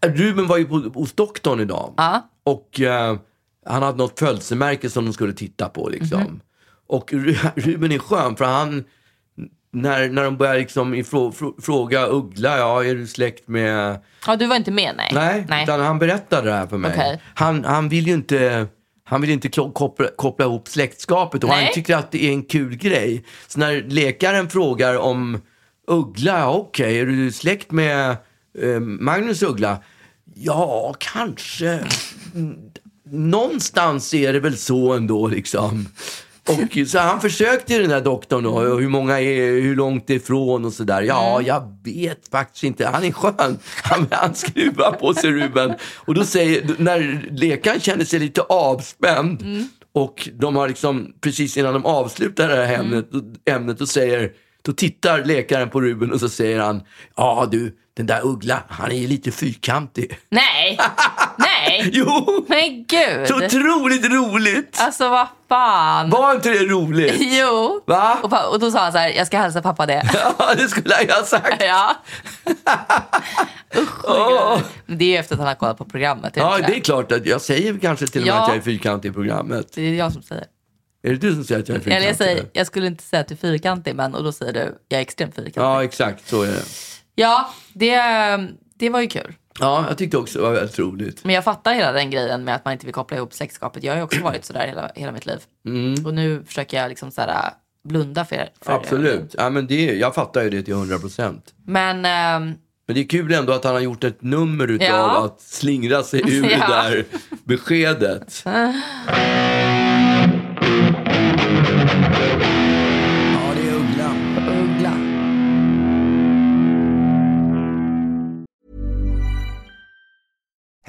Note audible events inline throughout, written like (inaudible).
Ruben var ju på, hos doktorn idag. Ja. Och eh, han hade något födelsemärke som de skulle titta på. Liksom. Och Ru- Ruben är skön för han, när, när de börjar liksom ifrå, frå, fråga Uggla, ja är du släkt med... Ja, du var inte med, nej. Nej, utan han berättade det här för mig. Okej. Han, han vill ju inte... Han vill inte ko- koppla, koppla ihop släktskapet och Nej. han tycker att det är en kul grej. Så när lekaren frågar om Uggla, ja, okej, är du släkt med eh, Magnus Uggla? Ja, kanske. Mm, Någonstans är det väl så ändå liksom. Och, så han försökte ju den där doktorn då, och hur många är, hur långt ifrån och sådär. Ja, jag vet faktiskt inte. Han är skön. Han, han skruvar på sig Ruben. Och då säger, när lekaren känner sig lite avspänd och de har liksom, precis innan de avslutar det här Mm. ämnet, ämnet då säger, då tittar lekaren på Ruben och så säger han, ja du, den där Uggla, han är ju lite fyrkantig. (laughs) Nej! nej! Jo! Men Så gud! otroligt roligt! Alltså, vad fan! Var inte det (laughs) roligt? Jo! Va? (laughs) Och, pa- och då sa han så här, jag ska hälsa pappa det. (laughs) Ja, det skulle jag ha sagt. ja. Usch, vad Åh. gud. Men det är ju efter att han har kollat på programmet. är Ja, inte det är klart att jag säger kanske till och med Ja. att jag är fyrkantig i programmet. det är jag som säger. Är det du som säger att jag är fyrkantig? Eller jag, säger, jag skulle inte säga att du är fyrkantig, men och då säger du, jag är extremt fyrkantig. Ja, Ja, exakt så är det. det, ehm, det var ju kul. Ja, jag tyckte också det var väldigt roligt. Men jag fattar hela den grejen med att man inte vill koppla ihop släktskapet. Jag har ju också varit sådär hela, hela mitt liv. Mm. Och nu försöker jag liksom såhär, blunda för, för det. Absolut. Ja, men det, jag fattar ju det till 100 procent. Men ehm, Men det är kul ändå att han har gjort ett nummer utav Ja. att slingra sig (laughs) ur Ja. det där beskedet. Ja, det är Uggla. Uggla.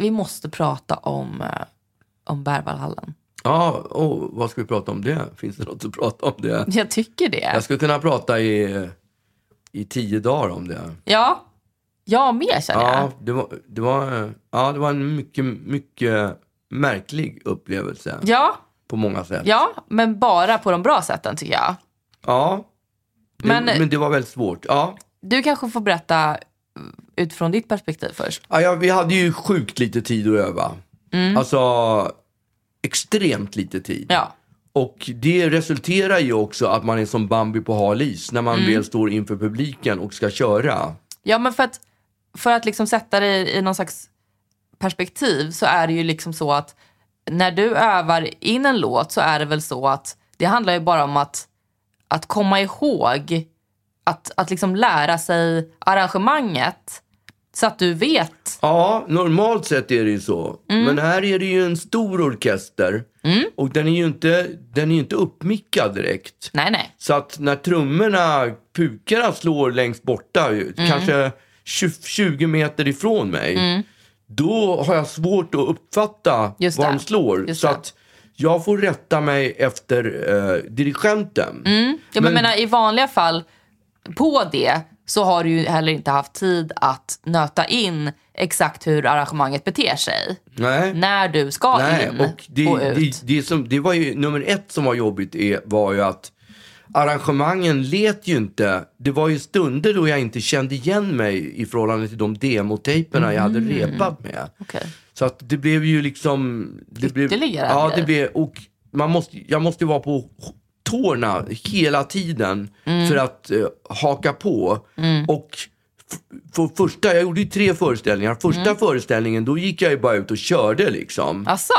Vi måste prata om, eh, om Bärvalhallen. Ja, och vad ska vi prata om det? Finns det något att prata om det? Jag tycker det. Jag skulle kunna prata i, i tio dagar om det. Ja, jag med känner jag. Ja, det var, det var, ja, det var en mycket, mycket märklig upplevelse Ja, på många sätt. ja, men bara på de bra sätten tycker jag. Ja, det, Men- men, det var väldigt svårt. Ja. Du kanske får berätta mm, utifrån ditt perspektiv först. Ja, ja, vi hade ju sjukt lite tid att öva. Alltså, extremt lite tid. Ja, Och det resulterar ju också att man är som Bambi på hal is när man väl står inför publiken och ska köra. ja men för att, för att liksom sätta dig i någon slags perspektiv så är det ju liksom så att när du övar in en låt så är det väl så att det handlar ju bara om att, att komma ihåg att, att liksom lära sig arrangemanget så att du vet. Ja, normalt sett är det ju så. Men här är det ju en stor orkester. Och den är ju inte, den är ju inte uppmickad direkt. Nej, nej. Så att när trummorna, pukarna slår längst borta, ju, Mm. kanske 20, 20 meter ifrån mig. Då har jag svårt att uppfatta Just vad det. de slår. Just så det. att jag får rätta mig efter eh, dirigenten. Ja, men, jag menar, I vanliga fall, på det, så har du ju heller inte haft tid att nöta in exakt hur arrangemanget beter sig. Nej. När du ska Nej, in och det, och ut. det, det, som, det var ju nummer ett som var jobbigt är, var ju att arrangemangen let ju inte. Det var ju stunder då jag inte kände igen mig i förhållande till de demotejperna jag hade Mm. repat med. Okej. Så att det blev ju liksom... Det blev, Ytterligare en Ja, grej. det blev, och man måste, jag måste ju vara på tårna hela tiden Mm. för att eh, haka på. Och f- för första, jag gjorde ju tre föreställningar. Första Mm. föreställningen, då gick jag ju bara ut och körde liksom. Alltså,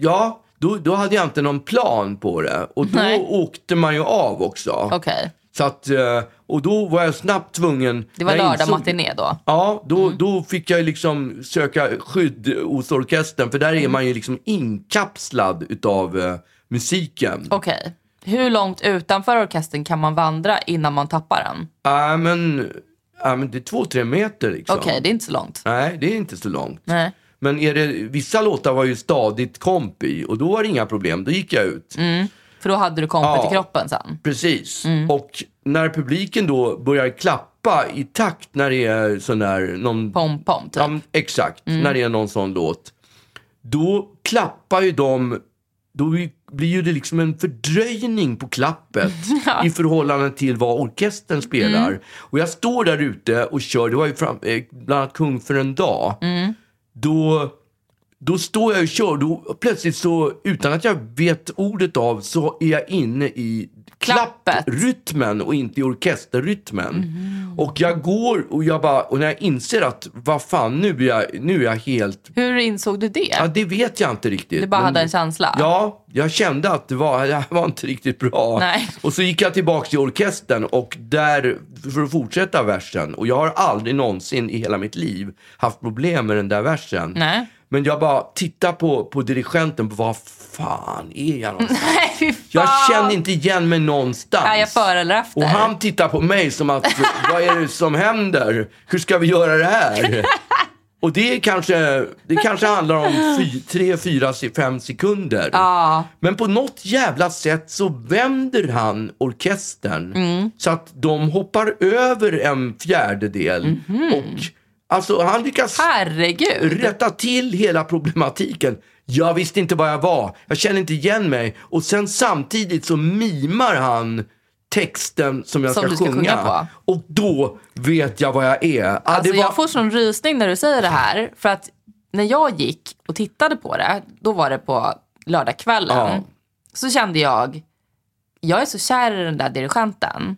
Ja, då, då hade jag inte någon plan på det. Och då Nej. åkte man ju av också. okej. Så att, eh, och då var jag snabbt tvungen. Det var när jag lördag insåg- matiné då. Ja, då, Mm. då fick jag liksom söka skydd hos orkestern för där Mm. är man ju liksom inkapslad utav eh, musiken. Okej. Hur långt utanför orkestern kan man vandra innan man tappar den? Ja, men, ja, men det är två, tre meter liksom. Okej, det är inte så långt. Nej, det är inte så långt. Nej. Men är det, vissa låtar var ju stadigt komp i och då var det inga problem, då gick jag ut. Mm. För då hade du kompet Ja. i kroppen sen. Precis. Mm. Och när publiken då börjar klappa i takt när det är sån där, någon Pom-pom typ. Ja, men exakt, när det är någon sån låt. Då klappar ju de, då blir- blir ju det liksom en fördröjning på klappet i förhållande till vad orkestern spelar. Och jag står där ute och kör, det var ju fram, eh, bland annat Kung för en dag. Då, då står jag och kör, då plötsligt så, utan att jag vet ordet av, så är jag inne i Klappet. rytmen och inte i orkesterrytmen. Och jag går och jag bara, och när jag inser att vad fan nu är jag, nu är jag helt, Hur insåg du det? ja det vet jag inte riktigt. Du bara Men- hade en känsla? Ja, jag kände att det, var, (laughs) det här var inte riktigt bra. Nej. Och så gick jag tillbaka till orkestern och där, för att fortsätta versen, och jag har aldrig någonsin i hela mitt liv haft problem med den där versen. Nej. Men jag bara tittar på, på dirigenten, på vad fan är jag någonstans? (laughs) (laughs) Nej, fy fan. Jag känner inte igen mig någonstans. Är jag före eller efter? Och han tittar på mig som att, vad är det som händer? Hur ska vi göra det här? Och det kanske, det kanske handlar om fy, tre, fyra, se- fem sekunder. Men på något jävla sätt så vänder han orkestern så att de hoppar över en fjärdedel. Och alltså han lyckas Herregud. rätta till hela problematiken. Jag visste inte vad jag var, jag kände inte igen mig. Och sen samtidigt så mimar han texten som jag Som ska, du ska sjunga. sjunga på. Och då vet jag vad jag är. Ah, Alltså, det var... Jag får sån rysning när du säger det här. För att när jag gick och tittade på det, då var det på lördagskvällen. Ja. Så kände jag, jag är så kär i den där dirigenten.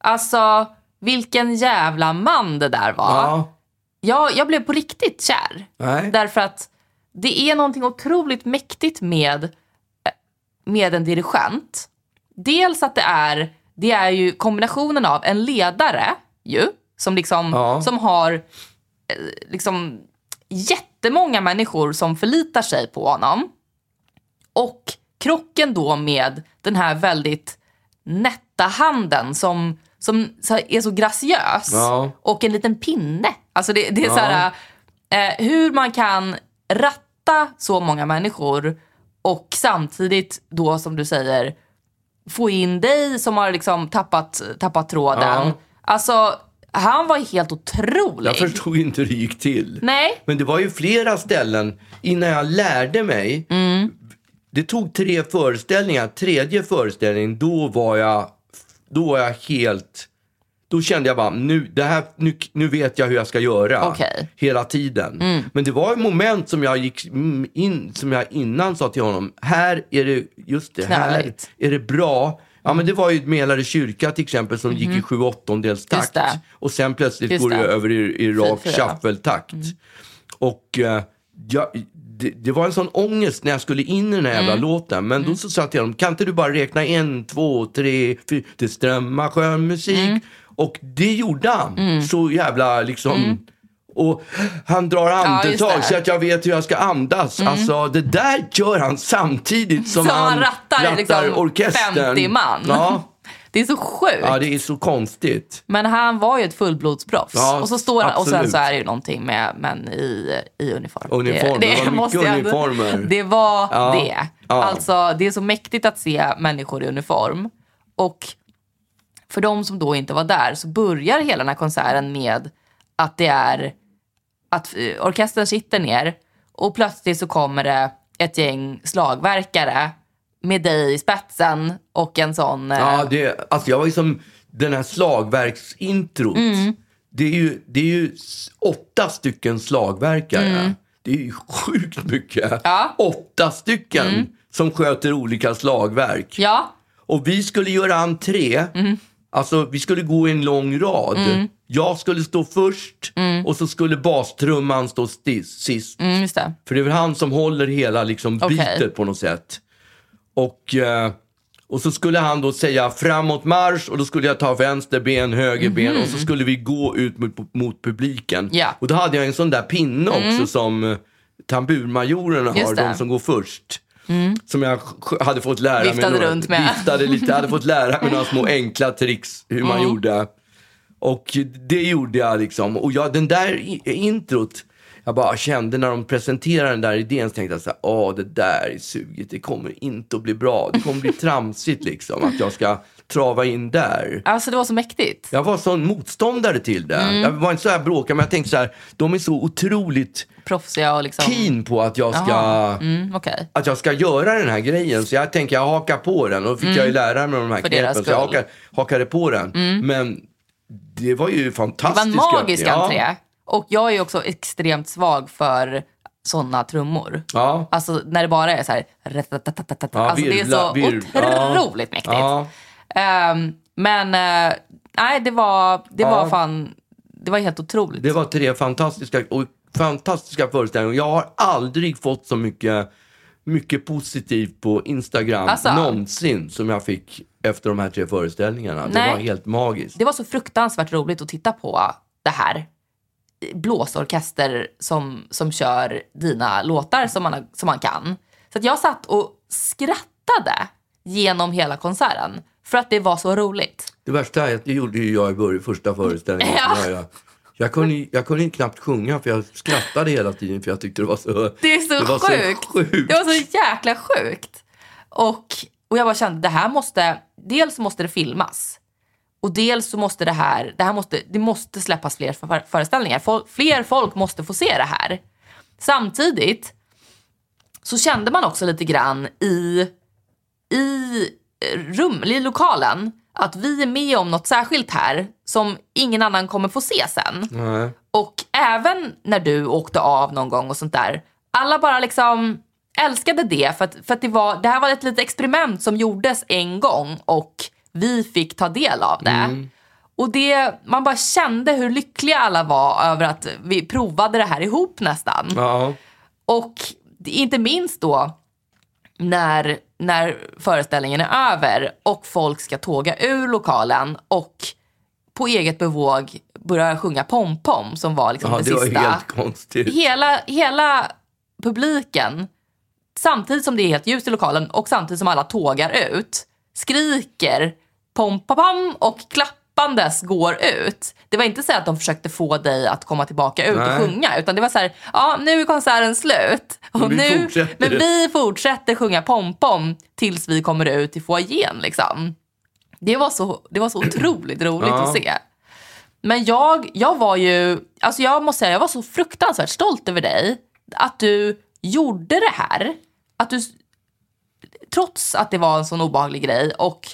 Alltså, vilken jävla man det där var. ja. Jag, jag blev på riktigt kär. Nej. Därför att det är någonting otroligt mäktigt med, eh, med en dirigent. Dels att det är, det är ju kombinationen av en ledare ju, som, liksom, Ja. som har eh, liksom, jättemånga människor som förlitar sig på honom. Och krocken då med den här väldigt nätta handen som, som så här är så graciös. Ja. Och en liten pinne. Alltså det, det är så här, eh, hur man kan ratta så många människor och samtidigt då som du säger få in dig som har liksom tappat, tappat tråden. Ja. Alltså han var helt otrolig. Jag förstod inte hur det gick till. Nej, Men det var ju flera ställen innan jag lärde mig. Mm. Det tog tre föreställningar. Tredje föreställningen, då var jag, då var jag helt... Då kände jag bara, nu, det här, nu, nu vet jag hur jag ska göra. Okej. Mm. Hela tiden. Men det var ett moment som jag gick mm, in, som jag innan sa till honom, här är det, just det, här Knöligt. är det bra. Ja men det var ju Mälare kyrka till exempel som gick i sju åttondels Mm-hmm. Just takt. det. Och sen plötsligt Just går det det. över i, i rak fyra. shuffle-takt. Mm. Och eh, jag, det, det var en sån ångest när jag skulle in i den här jävla Mm. låten. Men då så sa jag till honom, kan inte du bara räkna en, två, tre, fyra, det strömmar skön musik. Mm. Och det gjorde han. Så jävla liksom. Och han drar andetag Mm. just det. så att jag vet hur jag ska andas. Alltså det där gör han samtidigt som, Som han rattar, liksom, orkestern. 50 man. (laughs) Ja, det är så sjukt. ja, det är så konstigt. Men han var ju ett fullblodsproffs. Ja, och, så står han, och sen absolut. så är det ju någonting med män i, i uniform. Uniform, det var mycket jag ändå- uniformer. (laughs) Det var Ja, det. ja. Alltså det är så mäktigt att se människor i uniform. Och för de som då inte var där så börjar hela den här konserten med att det är att eh, orkestern sitter ner och plötsligt så kommer det ett gäng slagverkare med dig i spetsen och en sån... eh, Ja, det, alltså jag var ju som den här slagverksintrot. Mm. Det, är ju, det är ju s- åtta stycken slagverkare. Det är ju sjukt mycket. Mm. Ja. Mm. Åtta stycken som sköter olika slagverk. ja Mm. Och vi skulle göra entré. Alltså vi skulle gå i en lång rad. Jag skulle stå först och så skulle bastrumman stå sti- sist. mm, just det. För det är väl han som håller hela liksom, Okej. bitet på något sätt. Och, eh, Och så skulle han då säga framåt marsch och då skulle jag ta vänster ben, höger ben och så skulle vi gå ut mot, mot publiken. Mhm. Ja. Mm. Och då hade jag en sån där pinne också som eh, tamburmajorerna har, Just det. Mm. de som går först. Som jag sj- hade fått lära Viftade mig. några- runt med. Viftade lite, hade fått lära mig några små enkla tricks hur man gjorde. Och det gjorde jag liksom. Och jag, den där i- introt, jag bara kände när de presenterade den där idén så tänkte jag så här, åh det där är suget, det kommer inte att bli bra. Det kommer bli tramsigt liksom, att jag ska trava in där. Alltså det var så mäktigt. Jag var sån motståndare till det. Mm. Jag var inte så här bråkig, men jag tänkte så här, de är så otroligt Proffsiga och liksom... keen på att jag ska Jaha. Mm, okej. att jag ska göra den här grejen. Så jag tänker jag hakar på den. Och då fick jag ju lära mig de här Mm. För knepen. deras Så jag skull. Mm. hakar, hakade på den. Men det var ju Det var en fantastiskt. magisk ja. entré. Och jag är ju också extremt svag för sådana trummor. Ja. Alltså när det bara är så här... Ja, alltså det är virvla- så virv- otroligt mäktigt. Ja. Ehm, men eh, nej, det var, det Ja. var fan... Det var helt otroligt. Det var tre fantastiska, och fantastiska föreställningar. Jag har aldrig fått så mycket, mycket positivt på Instagram Alltså. någonsin som jag fick efter de här tre föreställningarna. Nej. Det var helt magiskt. Det var så fruktansvärt roligt att titta på det här blåsorkester som, som kör dina låtar som man, har- som man kan. Så att jag satt och skrattade genom hela konserten för att det var så roligt. Det värsta är att det gjorde ju jag i början, första föreställningen. Ja. Jag, jag, jag, kunde, ju- jag kunde ju knappt sjunga för jag skrattade hela tiden för jag tyckte det var så... Det är så var sjukt. Så sjukt. Det var så jäkla sjukt. Och, och jag bara kände, det här måste, dels måste det filmas. Och dels så måste det här, det här måste, det måste släppas fler för- föreställningar. Fol, fler folk måste få se det här. Samtidigt så kände man också lite grann i, i eh, rum, i lokalen att vi är med om något särskilt här som ingen annan kommer få se sen. Nej. Och även när du åkte av någon gång och sånt där. Alla bara liksom älskade det för att, för att det, var, det här var ett litet experiment som gjordes en gång och vi fick ta del av det. Och det, man bara kände hur lyckliga alla var över att vi provade det här ihop nästan. Ja. Och det- inte minst då när, när föreställningen är över och folk ska tåga ur lokalen och på eget bevåg börja sjunga Pom Pom som var liksom ja, det, det var sista. helt konstigt. Hela, hela publiken, samtidigt som det är helt ljust i lokalen och samtidigt som alla tågar ut, skriker pom pom, pom och klappandes går ut. Det var inte så att de försökte få dig att komma tillbaka ut Nej. och sjunga utan det var så här, ja nu är konserten slut. Och Men vi nu, fortsätter. men vi fortsätter sjunga pom pom tills vi kommer ut i foajén liksom. Det var så, det var så otroligt roligt Ja. att se. Men jag, jag var ju, alltså jag måste säga jag var så fruktansvärt stolt över dig. Att du gjorde det här. Att du, trots att det var en sån obehaglig grej och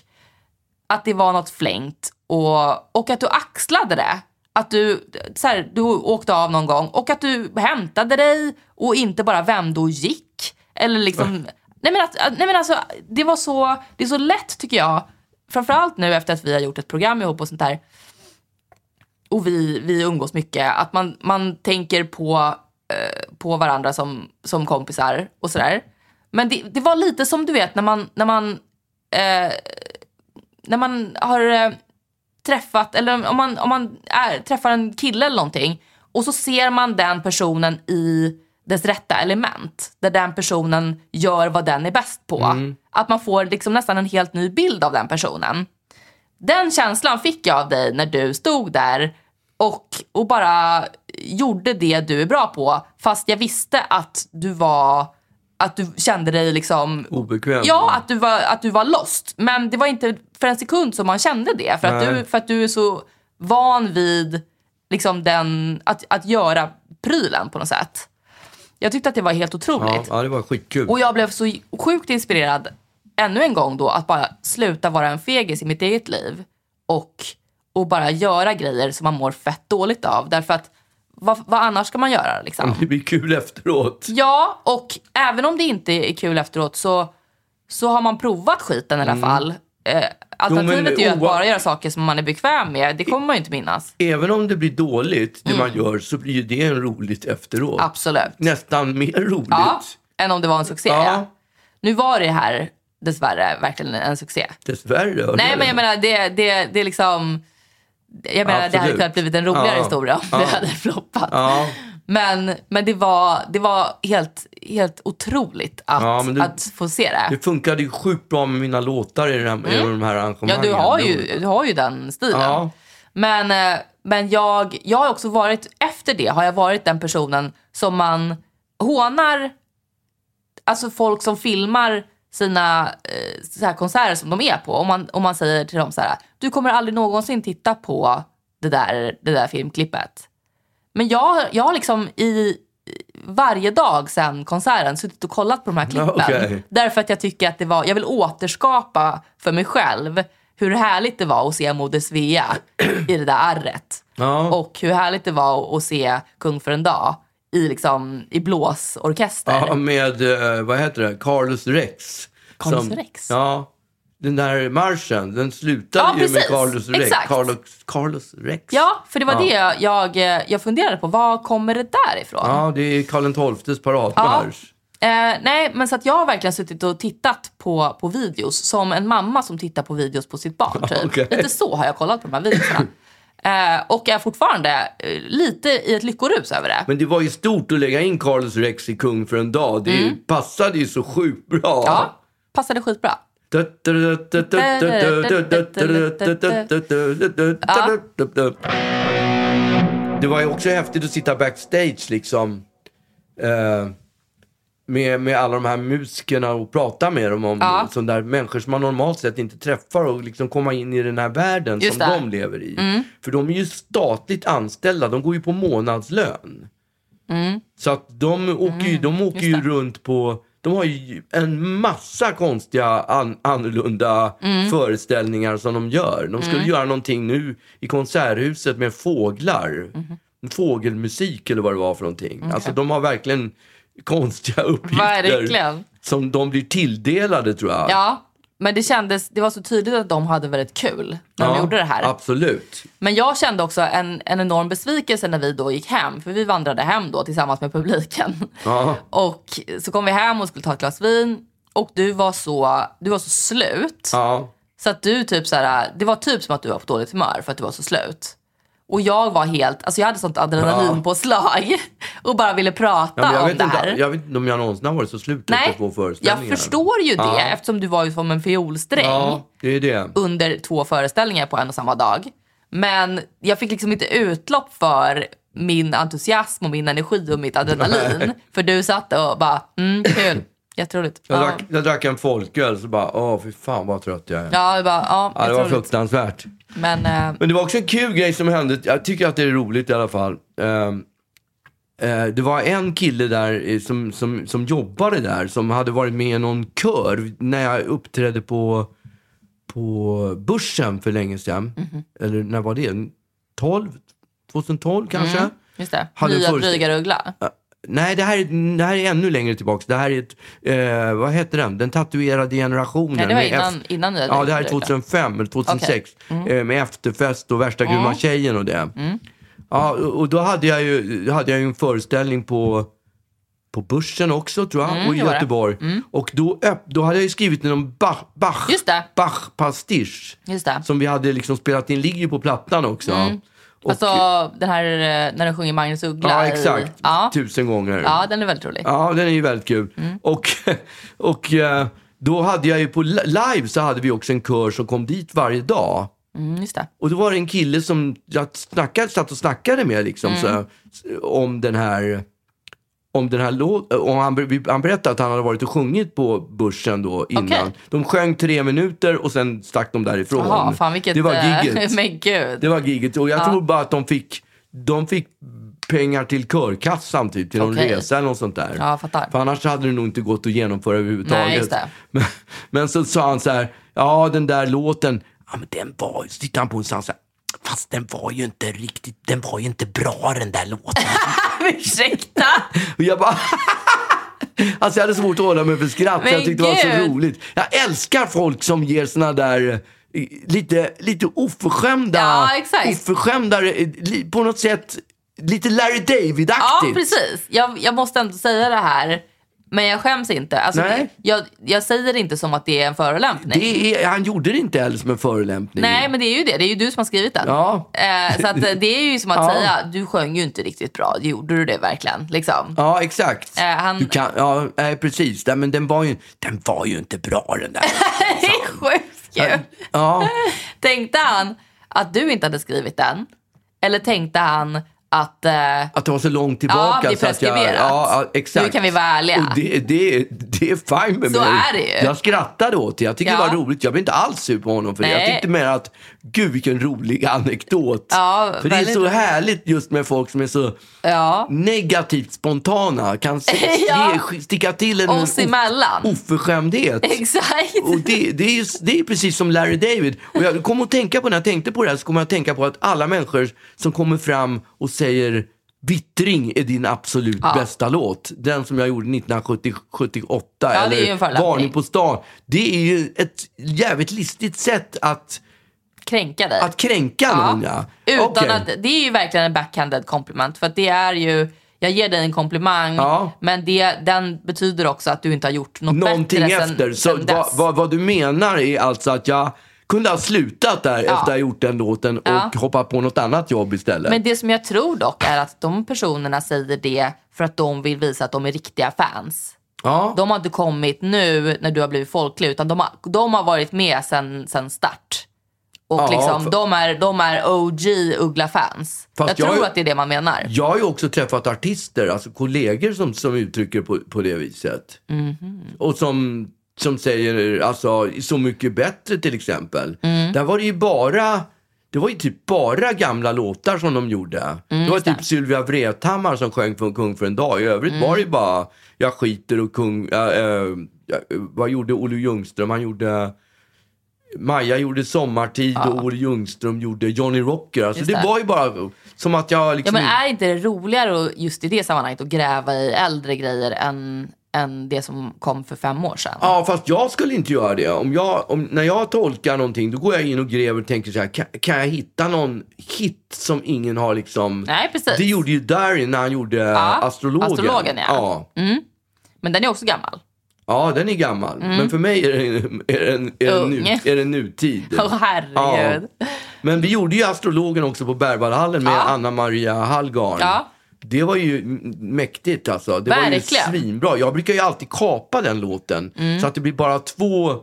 att det var något flängt och, och att du axlade det. Att du, så här, du åkte av någon gång och att du hämtade dig och inte bara vände och gick. Eller liksom, nej, men att, nej men alltså, det var så, det är så lätt tycker jag. Framförallt nu efter att vi har gjort ett program ihop och sånt där och vi, vi umgås mycket. Att man, man tänker på, eh, på varandra som, som kompisar och sådär. Men det, det var lite som du vet när man, när man, eh, när man har eh, träffat, eller om man, om man är, träffar en kille eller någonting och så ser man den personen i dess rätta element. Där den personen gör vad den är bäst på. Att man får liksom nästan en helt ny bild av den personen. Den känslan fick jag av dig när du stod där och, och bara gjorde det du är bra på. Fast jag visste att du var, att du kände dig liksom... Obekväm. Ja, att du, var, att du var lost. Men det var inte för en sekund som man kände det. För att, Nej. du, för att du är så van vid liksom den, att, att göra prylen på något sätt. Jag tyckte att det var helt ja, otroligt. ja, det var skitkul. Och jag blev så sjukt inspirerad ännu en gång då att bara sluta vara en fegis i mitt eget liv och, och bara göra grejer som man mår fett dåligt av. Därför att vad, vad annars ska man göra liksom? Det blir kul efteråt. Ja, och även om det inte är kul efteråt så, så har man provat skiten i alla fall. Eh, Mm. alternativet men är ju att oa- bara göra saker som man är bekväm med. Det kommer man ju inte minnas. Även om det blir dåligt, det Mm. man gör, så blir ju det en roligt efteråt. Absolut. Nästan mer roligt. Ja, än om det var en succé. Ja. Nu var det här dessvärre verkligen en succé. Dessvärre. hörde Nej jag men jag det. menar det, det, det är liksom, jag menar det hade Absolut. kunnat blivit en roligare Ja. historia om det Ja. hade floppat. Ja. Men, men det var, det var helt, helt otroligt att, Ja, men du- att få se det. Det funkade ju sjukt bra med mina låtar i, den här, i de här Mm. Ja, arrangemangen. du har, ju, du har ju den stilen. Ja. Men, eh, men jag, jag har också varit, efter det har jag varit den personen som man hånar, alltså folk som filmar sina eh, så här konserter som de är på. Om man, om man säger till dem så här, du kommer aldrig någonsin titta på det där, det där filmklippet. Men jag, jag har liksom i varje dag sen konserten suttit och (laughs) kollat på de här klippen. Okej. Därför att jag tycker att det var, jag vill återskapa för mig själv hur härligt det var att se Moder Svea i det där arret. Ja. Och hur härligt det var att se Kung för en dag i, liksom, i blåsorkester. Ja, med, eh, vad heter det, Carlos Rex. Carlos Rex? Ja. Den där marschen, den slutade Ja, ju med precis. Carlos Rex. Exakt. Carlos, Carlos Rex? Ja, för det var det jag, eh, jag funderade på. Var kommer det där ifrån? Ja, det är Karl XIIs paradmarsch. Eh, nej, men så att jag har verkligen suttit och tittat på, på videos som en mamma som tittar på videos på sitt barn. (laughs) Typ. Okej. Lite så har jag kollat på de här videorna. Eh, och är fortfarande eh, lite i ett lyckorus över det. Men det var ju stort att lägga in Carlos Rex i Kung för en dag. Det passade ju så sjukt bra. Mm. Ja, passade skitbra. Det var ju också häftigt att sitta backstage liksom. Eh, med, med alla de här musikerna och prata med dem om Ja. sådana där människor som man normalt sett inte träffar och liksom komma in i den här världen Just som det. Mm. de lever i. För de är ju statligt anställda, de går ju på månadslön. Så att de åker Mm, ju, de åker ju runt på... De har ju en massa konstiga, an, annorlunda Mm. föreställningar som de gör. De skulle göra någonting nu i Konserthuset med fåglar. Mhm. Fågelmusik eller vad det var för någonting. Mm, Alltså de har verkligen konstiga uppgifter. Verkligen. Som de blir tilldelade tror jag. Ja, men det kändes, det var så tydligt att de hade väldigt kul när de Ja, gjorde det här. Absolut. Men jag kände också en, en enorm besvikelse när vi då gick hem. För vi vandrade hem då tillsammans med publiken. Ja. Och så kom vi hem och skulle ta ett glas vin. Och du var så, du var så slut. Ja. Så att du typ så här, det var typ som att du var på dåligt humör för att du var så slut. Och jag var helt, alltså jag hade sånt adrenalinpåslag. (laughs) Och bara ville prata Ja, men jag, om vet det här. inte, jag vet inte om jag någonsin har varit så slut efter två Nej, jag föreställningar. förstår ju det Ja. eftersom du var ju som en fiolsträng. Ja, det är det. under två föreställningar på en och samma dag. Men jag fick liksom inte utlopp för min entusiasm och min energi och mitt adrenalin. För du satt och bara, mm, kul, jätteroligt. Jag, Ja, drack, jag drack en folköl så bara, åh fy fan vad trött jag är. ja, jag bara, ja, Ja, det var jätteroligt. fruktansvärt. Men, eh, Men det var också en kul grej som hände. Jag tycker att det är roligt i alla fall. Ehm, eh, det var en kille där eh, som, som, som jobbade där som hade varit med i någon kör när jag uppträdde på, på Börsen för länge sedan. Mhm. Eller när var det? 12? 2012 kanske? Mm, just det, Hade en nya förest- dryga Uggla. Nej, det här, är- det här är ännu längre tillbaka. Det här är ett, eh, vad heter den? Den tatuerade generationen. Nej, det var med innan, F- innan nya Ja, det här är Dryga Uggla. 2005 eller 2006. Mm. Eh, med efterfest och värsta grymma tjejen och det. Ja, och och då hade jag ju, då hade jag ju en föreställning på, på Börsen också tror jag. och i Mm, det var det. Göteborg. Och då, öpp- då hade jag ju skrivit någon Bach, Bach, Just det. Bach-pastisch. Just det. Som vi hade liksom spelat in, ligger ju på plattan också. Och- Alltså den här eh, när de sjunger Magnus Uggla. ja, i- exakt. Ja, Tusen gånger. ja, den är väldigt rolig. Ja, den är ju väldigt kul. Mm. Och, (laughs) och eh, då hade jag ju på li- live så hade vi också en kör som kom dit varje dag. Mm, just det. Och då var det en kille som jag snackade, satt och snackade med liksom, Mm. så, om den här om den här låten, han, ber- vi- han berättade att han hade varit och sjungit på Börsen då innan. Okej. De sjöng tre minuter och sen stack de därifrån. Jaha, fan vilket... det var eh, (laughs) gigget. Men gud. Det var giget och jag tror bara att de fick, de fick pengar till körkassan typ, till någon Okej. resa eller något sånt där. Ja, jag fattar. För annars hade det nog inte gått att genomföra överhuvudtaget. Nej, just det. (laughs) Men, men så sa han så här, ja den där låten, ja men den var ju, så tittade han på den och sa han så här, fast den var ju inte riktigt, den var ju inte bra den där låten. Ursäkta! och jag bara, (laughs) Alltså jag hade svårt att hålla mig för skratt, Men jag tyckte det var gud. så roligt. Jag älskar folk som ger såna där eh, lite, lite oförskämda, Ja, exakt. oförskämda, eh, li- på något sätt lite Larry David-aktigt. Ja, precis. Jag, jag måste ändå säga det här. Men jag skäms inte. Alltså, Nej. Jag, jag säger det inte som att det är en förolämpning. Det är, han gjorde det inte heller som en förolämpning. Nej, men det är ju det. Det är ju du som har skrivit den. Ja. (laughs) Eh, så att, eh, det är ju som att Ja. säga, du sjöng ju inte riktigt bra. Gjorde du det verkligen? Liksom. Ja, exakt. Eh, han- Du kan, ja, nej, precis. Nej, men den var, ju, den var ju inte bra den där. (laughs) (laughs) Det är sjukt ju. Ja, (laughs) Tänkte han att du inte hade skrivit den? Eller tänkte han att... Eh, (laughs) att det var så långt tillbaka. det är så att jag, ja, preskriberat. ja, exakt. Nu kan vi vara ärliga. Och det, det, det är fine med Så mig. är det ju. Jag skrattade åt det. Jag tycker Ja. det var roligt. Jag blev inte alls sur på honom för det. Jag Nej. tyckte mer att, gud vilken rolig anekdot. Ja, för det är väldigt så roligt. härligt just med folk som är så ja. negativt spontana. (laughs) Kan se, Ja. ge, sticka till en Oss of- emellan. oförskämdhet. (laughs) Exakt. Och det, det, är, ju- det är precis som Larry David. Och jag kom att tänka på när jag tänkte på det här så kom jag att tänka på att alla människor som kommer fram och säger Vittring är din absolut bästa låt. Den som jag gjorde 1978 är eller ju en förolämpning. Varning på stan. Det är ju ett jävligt listigt sätt att, Kränka dig. att kränka någon. Ja. Utan Okej. att, det är ju verkligen en backhanded kompliment. För att det är ju, jag ger dig en komplimang, Ja. men det, den betyder också att du inte har gjort något Någonting bättre sen, efter. Så sen vad, dess. vad, vad du menar är alltså att jag kunde ha slutat där efter att jag gjort den låten och Ja. hoppat på något annat jobb istället. Men det som jag tror dock är att de personerna säger det för att de vill visa att de är riktiga fans. ja. De har inte kommit nu när du har blivit folklig utan de har, de har varit med sen, sen start. Och Ja, liksom, för- de, är, de är OG Uggla-fans. Fast Jag, jag tror är- att det är det man menar. Jag har ju också träffat artister, alltså kollegor som, som uttrycker på, på det viset. Mhm. Och som, som säger alltså Så mycket bättre till exempel. Mm. Där var det ju bara det var ju typ bara gamla låtar som de gjorde. Mm, det var typ Sylvia Vrethammar som sjöng från Kung för en dag. I övrigt var Mm. det ju bara Jag skiter och kung... Äh, äh, vad gjorde Olle Ljungström? Han gjorde... Maja gjorde Sommartid och Olle Ljungström gjorde Johnny Rocker. Alltså Just det det. var ju bara som att jag Ja, liksom... men är inte det roligare att- just i det sammanhanget att gräva i äldre grejer än, än det som kom för fem år sedan? Ja, fast jag skulle inte göra det. Om jag, om, när jag tolkar någonting, då går jag in och gräver och tänker så här, kan, kan jag hitta någon hit som ingen har liksom... Nej, precis. Det gjorde ju Darin när han gjorde Astrologen. Astrologen, ja. Mm. Ja. Men den är också gammal. Ja, den är gammal. Men för mig är den, är den, är den, nu, Mm. Ung. är den (laughs) nutid. Åh herregud. Ja. Men vi gjorde ju Astrologen också på Berwaldhallen med Ja. Anna Maria Hallgarn. Ja. Det var ju m- mäktigt alltså. Det Verkligen. Mm. var ju svinbra. Jag brukar ju alltid kapa den låten så att det blir bara två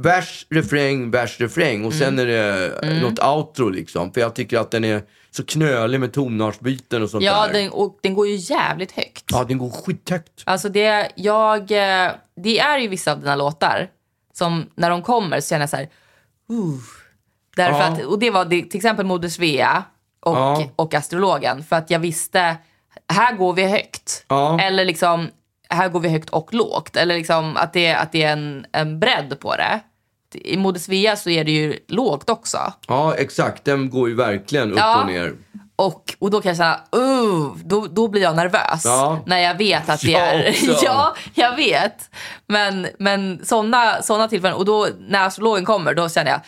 vers, refräng, vers, refräng och sen är det mm. något outro liksom. För jag tycker att den är så knölig med tonartsbyten och sånt Ja, där. den, och den går ju jävligt högt. Ja, den går skithögt. Alltså det, jag, eh, det är ju vissa av dina låtar som när de kommer så känner jag så här, uh, därför Ja. att, och det var det, till exempel Moder Svea och, Ja. och Astrologen för att jag visste, här går vi högt. Ja. Eller liksom, här går vi högt och lågt. Eller liksom att det, att det är en, en bredd på det. I Moder Svea så är det ju lågt också. Ja, exakt. Den går ju verkligen upp Ja. och ner. Och, och då kan jag känna, uh, då, då blir jag nervös. Ja. När jag vet att det Jag är... också. (laughs) ja, jag vet. Men, men sådana såna tillfällen, och då när astrologen kommer, då känner jag,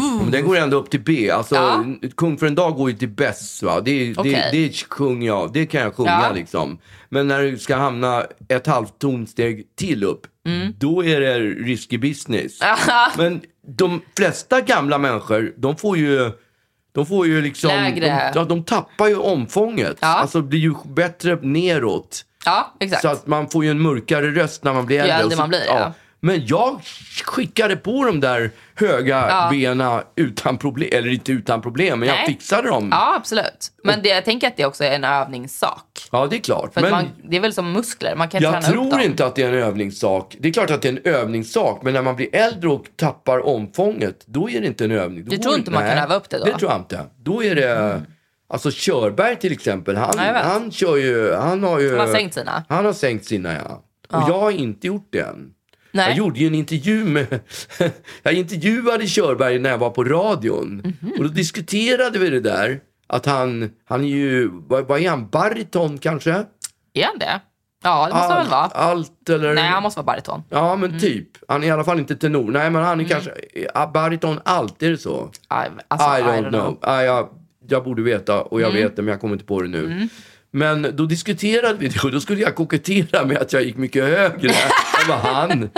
uh, Men den går ändå upp till B. Alltså, Ja. Kung för en dag går ju till bäst. Va? Det, är- det, Okej. det sjunger jag, det kan jag sjunga Ja. liksom. Men när du ska hamna ett halvt tonsteg till upp, Mm. då är det risky business. (laughs) Men de flesta gamla människor, de får ju... De får ju liksom... Lägre. De, ja, de tappar ju omfånget. Ja. Alltså det blir ju bättre neråt. ja exakt. Så att man får ju en mörkare röst när man blir äldre. äldre Och så, man blir, ja. Men jag skickade på de där höga benen utan problem. Eller inte utan problem, men jag Nej. fixade dem. Ja, Ja, absolut. Men det, jag tänker att det också är en övningssak. det är klart. För Men att man, det är väl som muskler, man kan jag träna upp dem. tror inte att det är en övningssak. Det är klart att det är en övningssak, men när man blir äldre och tappar omfånget, då är det inte en övning. Då Du går tror det- inte man kan Nej, öva upp det då? Det tror jag inte. Då är det... Alltså Körberg till exempel, han, Ja, jag vet. han kör ju... Han har ju... Han har sänkt sina. Han har sänkt sina, ja. Och jag har inte gjort det än. Nej. Jag gjorde ju en intervju med... (laughs) jag intervjuade Körberg när jag var på radion. Mhm. Och då diskuterade vi det där. Att han, han är ju, vad, vad är han, bariton kanske? Är han det? Ja, det måste han väl vara. allt eller? Nej, han måste Mm. vara bariton. Ja, men typ. Han är i alla fall inte tenor. Nej, men Mm. han är kanske, eh, bariton allt, är det så? I, Mm. alltså, Mm. I don't know. Ah, jag, jag borde veta och jag vet det men jag kommer inte på det nu. Men då diskuterade vi det och då skulle jag kokettera med att jag gick mycket högre än vad han.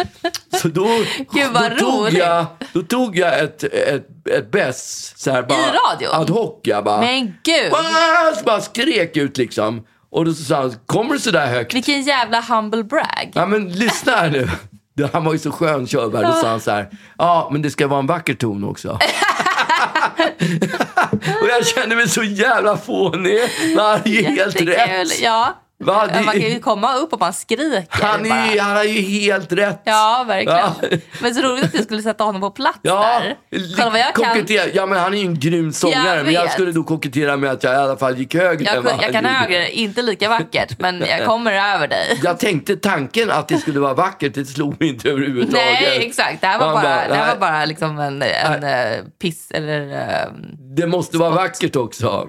Så då, (laughs) Gud, vad då, tog, roligt. jag, då tog jag ett, ett, ett bäst så här bara, radion? ad hoc. Jag bara, Men gud. "Ah!" Så bara skrek ut liksom. Och då sa han, kommer du så där högt? Vilken jävla humble brag. Ja, men lyssna här nu. Det- Han var ju så skön körvärd. Då sa han så här, ja, men det ska vara en vacker ton också. (laughs) och jag kände mig så jävla fånig. Men han är ju helt Jättekul. rätt. Ja. Va, det- Man kan ju komma upp och man skriker Han, är, ju- bara. han har ju helt rätt. Ja, verkligen. (laughs) Ja. Men så roligt att du skulle sätta honom på plats Ja, där. li- Kolla vad jag kan. kokettera. ja, men han är ju en grym sångare. Jag men jag vet. skulle då kokettera med att jag i alla fall gick högre än Jag, vad kun- han (laughs) jag kan gjorde. högre, inte lika vackert, men jag kommer över dig. (laughs) Jag tänkte tanken att det skulle vara vackert, det slog mig inte överhuvudtaget. Nej, exakt. Det här var Han bara, bara, det här nej. var bara liksom en, en eh, piss eller... eh, Det måste vara vackert också.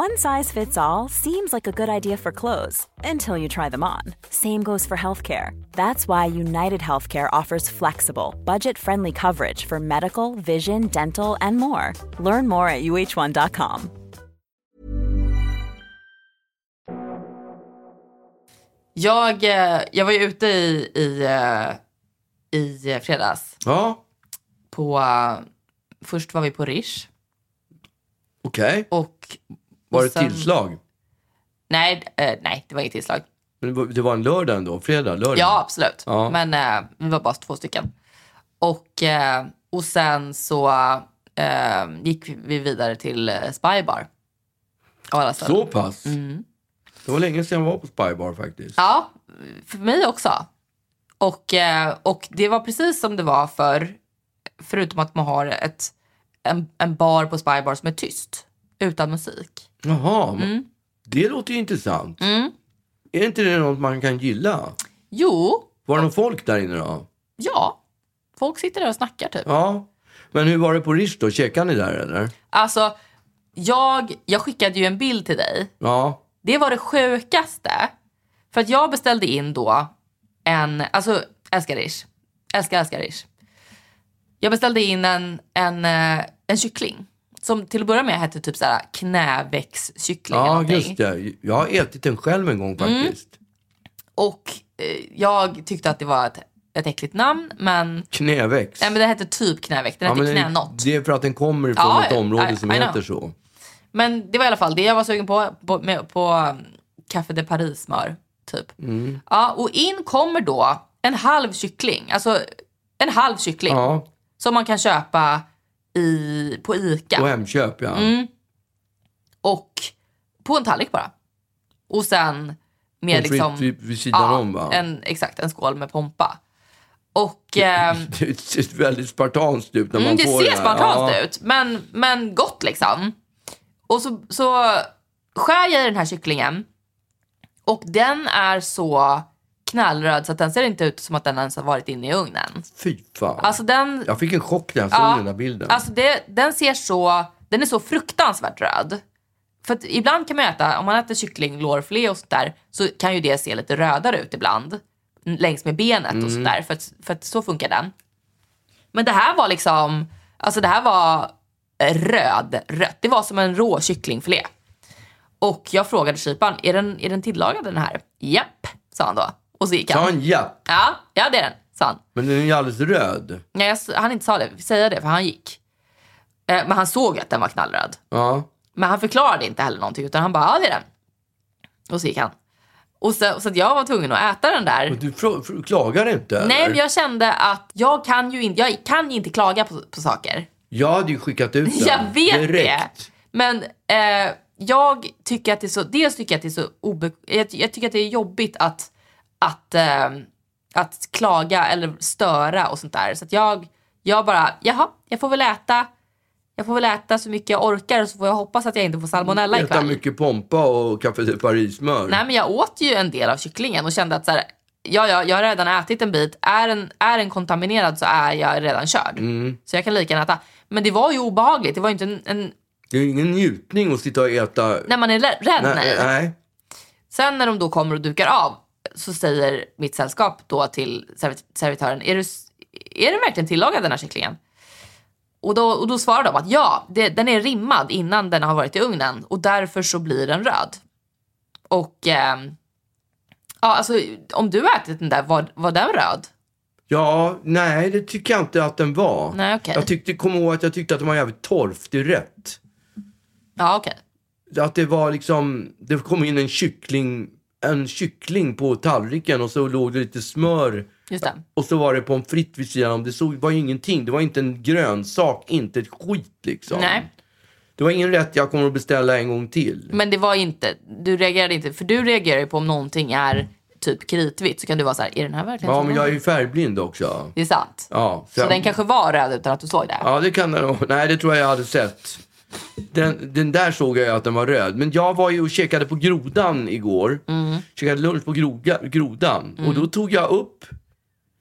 One size fits all seems like a good idea for clothes until you try them on. Same goes for healthcare. That's why United Healthcare offers flexible, budget friendly coverage for medical, vision, dental, and more. Learn more at uh1.com. Jag, eh, jag var ju ute i, i, eh, i eh, fredags. Ja, På, eh, först var vi på Rish. okej. Och, Var det och sen- tillslag? Nej, eh, nej, det var inget tillslag. Men det var- det var en lördag ändå? Fredag? Lördag? Ja, absolut. Ja. Men eh, vi var bara två stycken. Och, eh, och sen så eh, gick vi vidare till eh, Spybar. Av alla ställen. Så pass? Det var länge sedan jag var på Spybar faktiskt. Mm. Ja, för mig också. Och, eh, och det var precis som det var för förutom att man har ett, en, en bar på Spybar som är tyst, utan musik. Jaha, Mm. det låter ju intressant. Är inte det något man kan gilla? Jo, Var det någon folk där inne då? ja, folk sitter där och snackar typ. Ja. Men hur var det på Rish då? Käkade ni där eller? Alltså, jag, jag skickade ju en bild till dig Ja. Det var det sjukaste. För att jag beställde in då en, alltså älskar Rish. Älskar, älskar Rish. Jag beställde in en, en, eh, en kyckling. Som till att börja med hette typ såhär knäveckskyckling eller Ja, någonting. just det. Jag har ätit den själv en Mm. gång faktiskt. Och eh, jag tyckte att det var ett, ett äckligt namn men, Knäväxt. nej, men den hette typ knäveck, den Ja, hette men knänåt. det är för att den kommer ifrån Ja, ett område I- som I know. heter så. Men det var i alla fall det jag var sugen på, på, med, på um, Café de Paris smör typ. Mm. Ja, och in kommer då en halv kyckling, alltså en halv kyckling Ja, som man kan köpa i, på på ICA Hemköp ja. Mm, och på en tallrik bara. Och sen med Pommes frites liksom, vid, vid sidan ja, om typ va? en, exakt en skål med pompa. Och ehm, (laughs) Det ser väldigt spartanskt ut när man Mm, det får ser här. spartanskt Ja. ut, men, men gott liksom. Och så, så skär jag i den här kycklingen och den är så knallröd så att den ser inte ut som att den ens har varit inne i ugnen. Fy fan. Alltså den, jag fick en chock när jag såg Ja, den där bilden. alltså det, den ser så, den är så fruktansvärt röd. För att ibland kan man äta, om man äter kyckling, lårfilé och sånt där, så kan ju det se lite rödare ut ibland. n- Längs med benet och Mm. sånt där, för att, för att så funkar den. Men det här var liksom, alltså det här var röd, rött. Det var som en rå kycklingfilé. Och jag frågade kyparen, är den, är den tillagad den här? Japp, sa han då. Och så gick Sa han. han ja, Ja, ja det är den, sa han. men den är ju alldeles röd. Nej, jag, s- han inte sa det, säga det för han gick. Eh, men han såg ju att den var knallröd. Ja. Men han förklarade inte heller någonting utan han bara, ja det är den. Och så gick han. Och så, så att jag var tvungen att äta den där. Men du fr- fr- klagar inte? eller? Nej men jag kände att jag kan ju inte, jag kan ju inte klaga på, på saker. Jag hade ju skickat ut den. Jag vet direkt. det. Men eh, jag tycker att det är så, dels tycker jag att det är så obe, jag, jag tycker att det är jobbigt att, att, eh, att klaga eller störa och sånt där. Så att jag, jag bara, jaha, jag får väl äta, Jag får väl äta så mycket jag orkar så får jag hoppas att jag inte får salmonella Äta ikväll. mycket pompa och Café de Paris-smör. Nej men jag åt ju en del av kycklingen och kände att så här, ja, ja, jag har redan ätit en bit. Är den är en kontaminerad så är jag redan körd. Mm. Så jag kan lika gärna äta. Men det var ju obehagligt. Det var ju inte en, en Det är ju ingen njutning att sitta och äta. när man är lä- rädd. Nej, nej. nej. Sen när de då kommer och dukar av så säger mitt sällskap då till servit- servitören, är, du, s- är den verkligen tillagad den här kycklingen? Och då, och då svarar de att ja, det, den är rimmad innan den har varit i ugnen och därför så blir den röd. Och ehm, ja, alltså om du ätit den där, var, var den röd? Ja, nej det tycker jag inte att den var. Nej, okej. Jag tyckte, kom ihåg att jag tyckte att den var jävligt torftig rätt. Ja, okej. Att det var liksom, det kom in en kyckling, en kyckling på tallriken och så låg det lite smör Just det. och så var det pommes frites vid sidan om. Det såg, var ju ingenting, det var inte en grönsak, inte ett skit liksom. Nej, Mm. Det var ingen rätt jag kommer att beställa en gång till. men det var inte, du reagerade inte, för du reagerar ju på om någonting är typ kritvitt så kan du vara så här, är den här verkligen Ja, som men den jag är är?" ju färgblind också. Det är sant. Ja, Så jag- den kanske var röd utan att du såg det? Ja, det kan den nog. Nej, det tror jag jag hade sett. Den, den där såg jag ju att den var röd. Men jag var ju och käkade på Grodan igår. Käkade lunch på groga, Grodan. Och då tog jag upp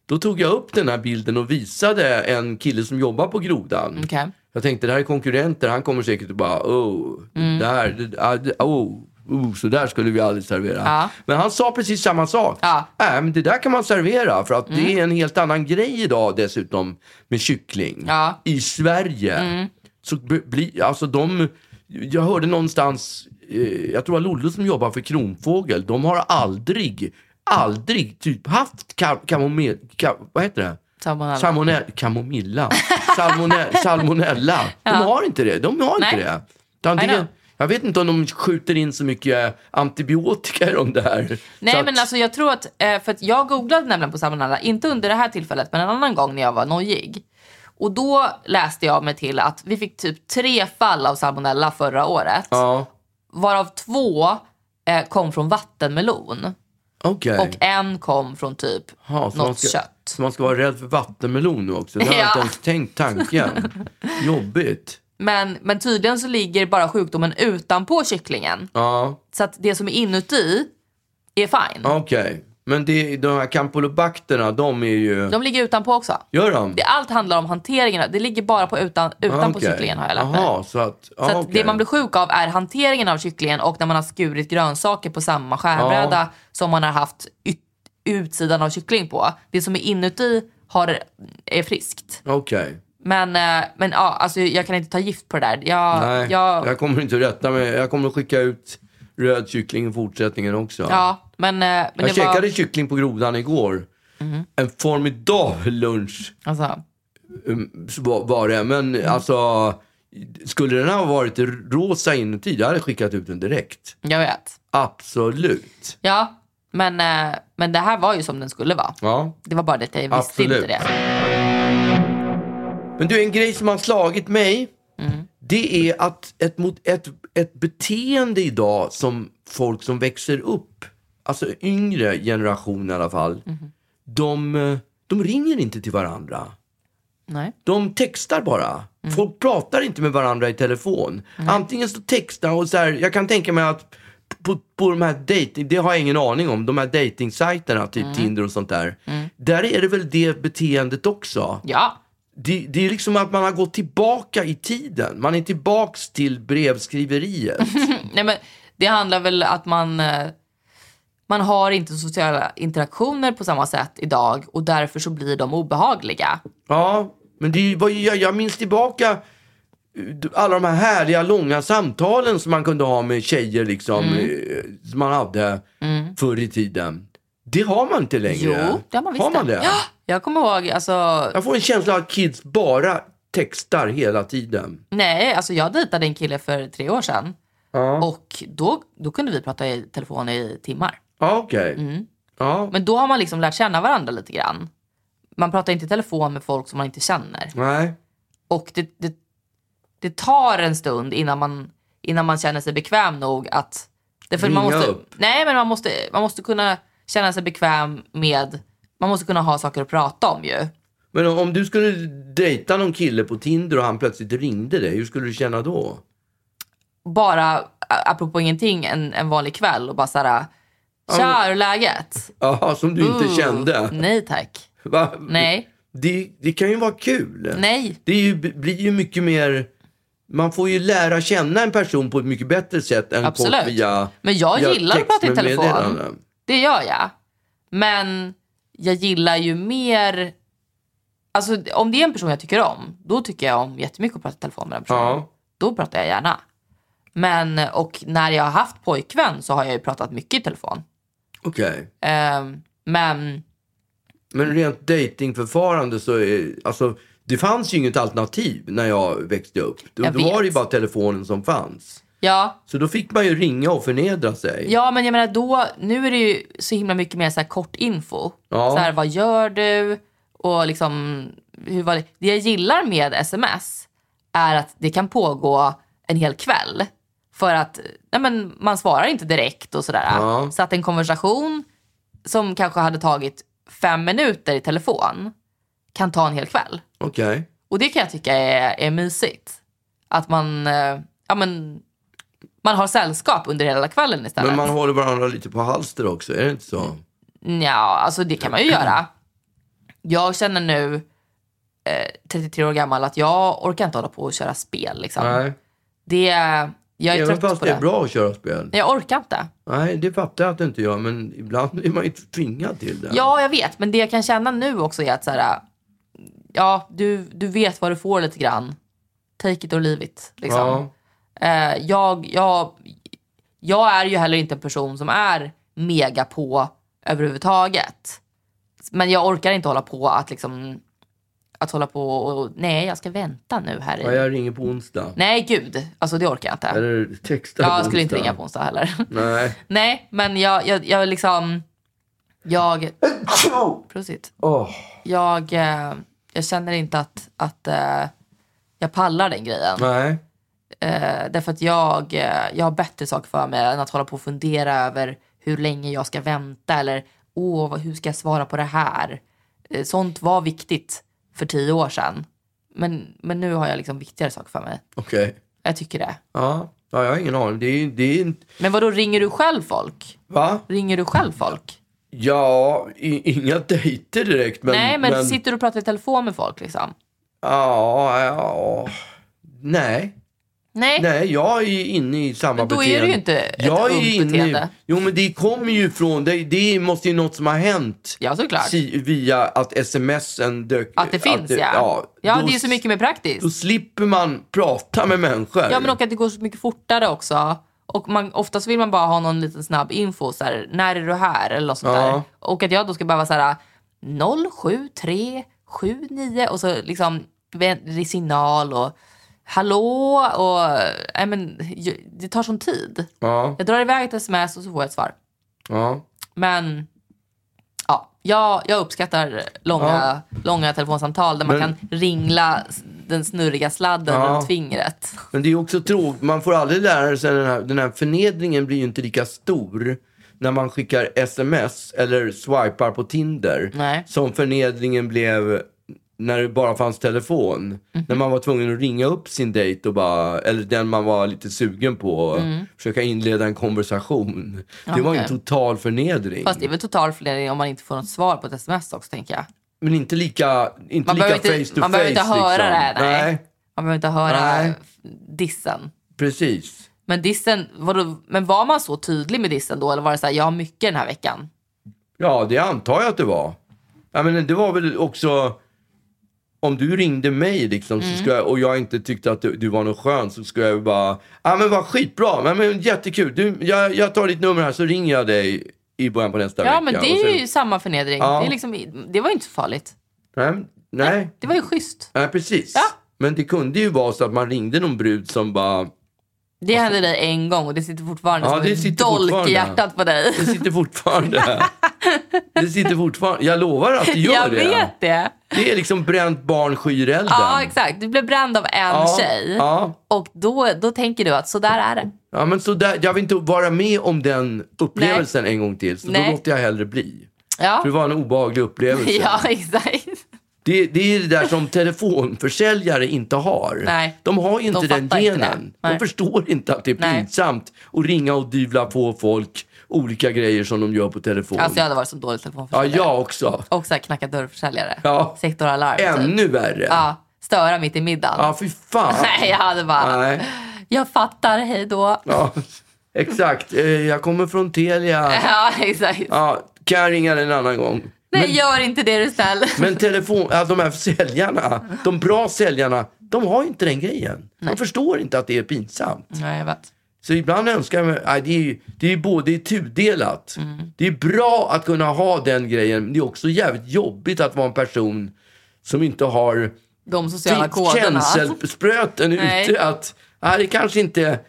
då tog jag upp den här bilden och visade en kille som jobbar på Grodan. Okej. Jag tänkte, det här är konkurrenter. Han kommer säkert och bara, oh, Mm. där, det, ah, det- oh. Oh, så där skulle vi aldrig servera. Ja. Men han sa precis samma sak. Ja. Mm. Äh, men det där kan man servera för att det är en helt annan grej idag dessutom med kyckling Ja. Mm. i Sverige. Så b- bli, alltså de, jag hörde någonstans, eh, jag tror det var Lollo som jobbar för Kronfågel, de har aldrig, aldrig typ haft ka- kamomel, ka, vad heter det? Salmonella. Salmonella. Kamomilla. Salmone, salmonella. De har inte det. De har inte Nej. det. Utan I det. know. Jag vet inte om de skjuter in så mycket eh, antibiotika i de där. Nej Så att- men alltså jag tror att, eh, för att jag googlade nämligen på salmonella, inte under det här tillfället men en annan gång när jag var nojig. Och då läste jag mig till att vi fick typ tre fall av salmonella förra året. Ja, Varav två eh, kom från vattenmelon. okej. Och en kom från typ Ja, så man något ska, kött. Så man ska vara rädd för vattenmelon nu också. Det har jag inte Ja. ens tänkt tanken. (laughs) Jobbigt. Men, men tydligen så ligger bara sjukdomen utanpå kycklingen. Ja, Så att det som är inuti är fine. okej. Men det, de här campylobacterna, de är ju... De ligger utanpå också. Gör de? Det, allt handlar om hanteringen. Det ligger bara på utan, utanpå Okej. Ah, kycklingen har jag lärt mig. Jaha, så att... Så att det man blir sjuk av är hanteringen av kycklingen och när man har skurit grönsaker på samma skärbräda Ja. som man har haft yt- utsidan av kyckling på. Det som är inuti har, är friskt. Okej. Men, eh, men ja, alltså, jag kan inte ta gift på det där. Jag, Nej, jag, jag kommer inte att rätta mig. Jag kommer att skicka ut röd kyckling i fortsättningen också. ja, men, eh, men jag det käkade var... Mhm. kyckling på grodan igår. En formidabel lunch Alltså, um, så var var det. Men Mm. alltså, skulle den ha varit rosa inuti, jag hade skickat ut den direkt. jag vet. Absolut. Ja, men, eh, men det här var ju som den skulle vara. Ja. Det var bara det att jag visste Absolut. inte det. Men du, en grej som har slagit mig, det är att ett, mot, ett, ett beteende idag som folk som växer upp, alltså yngre generation i alla fall, de, eh, de ringer inte till varandra. Nej. De textar bara. Folk pratar inte med varandra i telefon. Antingen så textar och så här, jag kan tänka mig att på, på de här dating, det har jag ingen aning om, de här dejtingsajterna, typ Tinder och sånt där. Där är det väl det beteendet också Ja, det, det är liksom att man har gått tillbaka i tiden. Man är tillbaks till (laughs) brevskriveriet. Nej, men det handlar väl att man, eh, man har inte sociala interaktioner på samma sätt idag och därför så blir de obehagliga. ja, men det var ju, jag, jag minns tillbaka eh, alla de här härliga långa samtalen som man kunde ha med tjejer liksom, Mm. eh, som man hade förr i tiden. Det har man inte längre. Jo, det har man visst. Har man det? Ja, jag kommer ihåg, alltså, Jag får en känsla av att kids bara textar hela tiden. nej, alltså jag dejtade en kille för tre år sedan och då, då kunde vi prata i telefon i timmar. Ja, okej. Mm. Ja, Men då har man liksom lärt känna varandra lite grann. Man pratar inte i telefon med folk som man inte känner. nej. Och det, det, det tar en stund innan man, innan man känner sig bekväm nog att... Det för man Ringa måste, upp. Nej, men man måste, man måste kunna känna sig bekväm med... Man måste kunna ha saker att prata om ju. Men om du skulle dejta någon kille på Tinder och han plötsligt ringde dig, hur skulle du känna då? Bara, a- apropå ingenting, en, en vanlig kväll och bara såhär, tja, hur är läget? Jaha, som du inte Ooh, kände? Nej tack. Va? Mm. Nej, Det, det kan ju vara kul. nej. Det är ju, blir ju mycket mer... Man får ju lära känna en person på ett mycket bättre sätt än Absolut. kort via Men jag via gillar att text prata i med telefon. meddelande. Det gör jag. Men jag gillar ju mer... Alltså om det är en person jag tycker om, då tycker jag om jättemycket att prata i telefon med den personen. Ja. Då pratar jag gärna. Men, och när jag har haft pojkvän så har jag ju pratat mycket i telefon. Okej. Ehm, men Men rent datingförfarande så är... Alltså, det fanns ju inget alternativ när jag växte upp. Då, Jag då var det ju vet. bara telefonen som fanns. ja, Så då fick man ju ringa och förnedra sig. Ja men jag menar då, nu är det ju så himla mycket mer så här kort info. Ja. Så här, vad gör du? Och liksom, hur var det? det jag gillar med sms är att det kan pågå en hel kväll. För att nej men, man svarar inte direkt och sådär. Ja. Så att en konversation som kanske hade tagit fem minuter i telefon kan ta en hel kväll. Okej. Och det kan jag tycka är, är mysigt. Att man, eh, ja, men, man har sällskap under hela kvällen istället. Men man håller varandra lite på halster också, är det inte så? Äh. Ja, alltså det kan man ju göra. Jag känner nu, eh, 33 år gammal, att jag orkar inte hålla på och köra spel. Liksom. Nej. Det, jag är Även trött fast på det det. är bra att köra spel. Nej, Jag orkar inte. Nej, det fattar jag att inte jag. Men ibland är man ju tvingad till det. Ja, jag vet. Men det jag kan känna nu också är att så här, ja, du, du vet vad du får lite grann. Take it or leave it. Liksom. Ja. Eh, jag, jag, jag är ju heller inte en person som är mega på överhuvudtaget. Men jag orkar inte hålla på att liksom att hålla på och nej jag ska vänta nu här Ja, i... jag ringer på onsdag. Nej gud, alltså det orkar jag inte. Eller textar på Jag skulle inte onsdag. ringa på onsdag heller. (laughs) Nej. nej men jag, jag, jag liksom, jag... Prosit. Åh. Jag, eh, jag känner inte att, att eh, jag pallar den grejen. Nej. Eh, därför att jag, eh, jag har bättre saker för mig än att hålla på och fundera över hur länge jag ska vänta eller åh, vad- hur ska jag svara på det här? Eh, sånt var viktigt för tio år sedan. Men, men nu har jag liksom viktigare saker för mig. Okej. Jag tycker det. Ja. ja, jag har ingen aning. Det är, det är inte... Men vad då ringer du själv folk? Va? Ringer du själv folk? Ja, i, inga dejter direkt. Men, Nej, men, sitter du och pratar i telefon med folk liksom? Ja, ja. Nej. Nej, Nej, jag är inne i samma Men då är beteende. det ju inte ett jag är ungt inne i- beteende. Jo, men det kommer ju från... Det, det måste ju något som har hänt. ja såklart. si- via att smsen dök... Att det finns ja. Ja, då det är ju så mycket mer praktiskt. Då slipper man prata med människor. Ja men och att det går så mycket fortare också. Och man, oftast vill man bara ha någon liten snabb info. Så här, när är du här? Eller något sånt Ja. där. Och att jag då ska behöva så här 07379 och så liksom vä- signal och hallå och nej men ju- det tar sån tid. ja, Jag drar iväg ett sms och så får jag ett svar. ja. Men ja, jag, jag uppskattar långa, långa telefonsamtal där man Men- kan ringla s- den snurriga sladden Ja. runt fingret. Men det är också tråkigt. Man får aldrig lära sig den här, den här förnedringen blir ju inte lika stor när man skickar sms eller swipar på Tinder. Nej. Som förnedringen blev när det bara fanns telefon. Mhm. När man var tvungen att ringa upp sin dejt och bara, eller den man var lite sugen på och försöka inleda en konversation. Det var ju en Mm. Okej. total förnedring. Fast det är väl total förnedring om man inte får något svar på ett sms också tänker jag. Men inte lika, inte Man lika behöver inte- face to man face. behöver inte höra liksom. det här, nej. Man behöver inte höra Nej. dissen. precis. Men dissen, vadå, men var man så tydlig med dissen då? Eller var det så här, jag har mycket den här veckan? Ja, det antar jag att det var. Jag menar, det var väl också... Om du ringde mig liksom, Mm. så skulle jag, och jag inte tyckte att du, du var något skön så skulle jag ju bara... Ja, men vad skitbra! Men, men, jättekul! Du, jag, jag tar ditt nummer här så ringer jag dig i början på nästa Ja vecka. men det Och är sen- ju samma förnedring. Ja. Det, är liksom, det var ju inte så farligt. Nej, nej, Det var ju schysst. nej, precis. Ja. Men det kunde ju vara så att man ringde någon brud som bara... Det hände dig en gång och det sitter fortfarande Ja, som det en sitter dolk fortfarande. i hjärtat på dig. Det sitter fortfarande (laughs) här. Det sitter fortfarande. Jag lovar att det gör jag det. vet det. Det är liksom bränt barn skyr elden. Ja exakt, du blev bränd av en Ja, tjej. Ja, Och då, då tänker du att så där är det. ja men så där, jag vill inte vara med om den upplevelsen en gång till. Så Nej. då låter jag hellre bli. För Ja, (laughs) det var en obehaglig upplevelse. ja exakt. Det, det är det där som telefonförsäljare inte har. Nej. De har ju inte De den fattar inte det. genen. de Nej. förstår inte att det är Nej. pinsamt att ringa och dyvla på folk olika grejer som de gör på telefon. Alltså jag hade varit som dålig ja, telefonförsäljare. jag också. Och så här knacka dörrförsäljare. Ja. Sektoralarm. Typ. Ännu värre. Ja, störa mitt i middagen. Ja, fy fan. (laughs) Nej, jag hade bara... Nej. Jag fattar, hej då. Ja, exakt. Eh, Jag kommer från (laughs) Telia. Ja, exakt. Ja, kan jag ringa dig en annan gång? Nej, gör inte det är du snäll. Men telefon, ja, de här säljarna, de bra säljarna, de har ju inte den grejen. De förstår inte att det är pinsamt. Nej, jag vet. Så ibland önskar jag mig, nej, det är ju det är ju både det är tudelat. Det är bra att kunna ha den grejen, men det är också jävligt jobbigt att vara en person som inte har De sociala koderna. känselspröten Nej. ute. Att, nej, det kanske inte...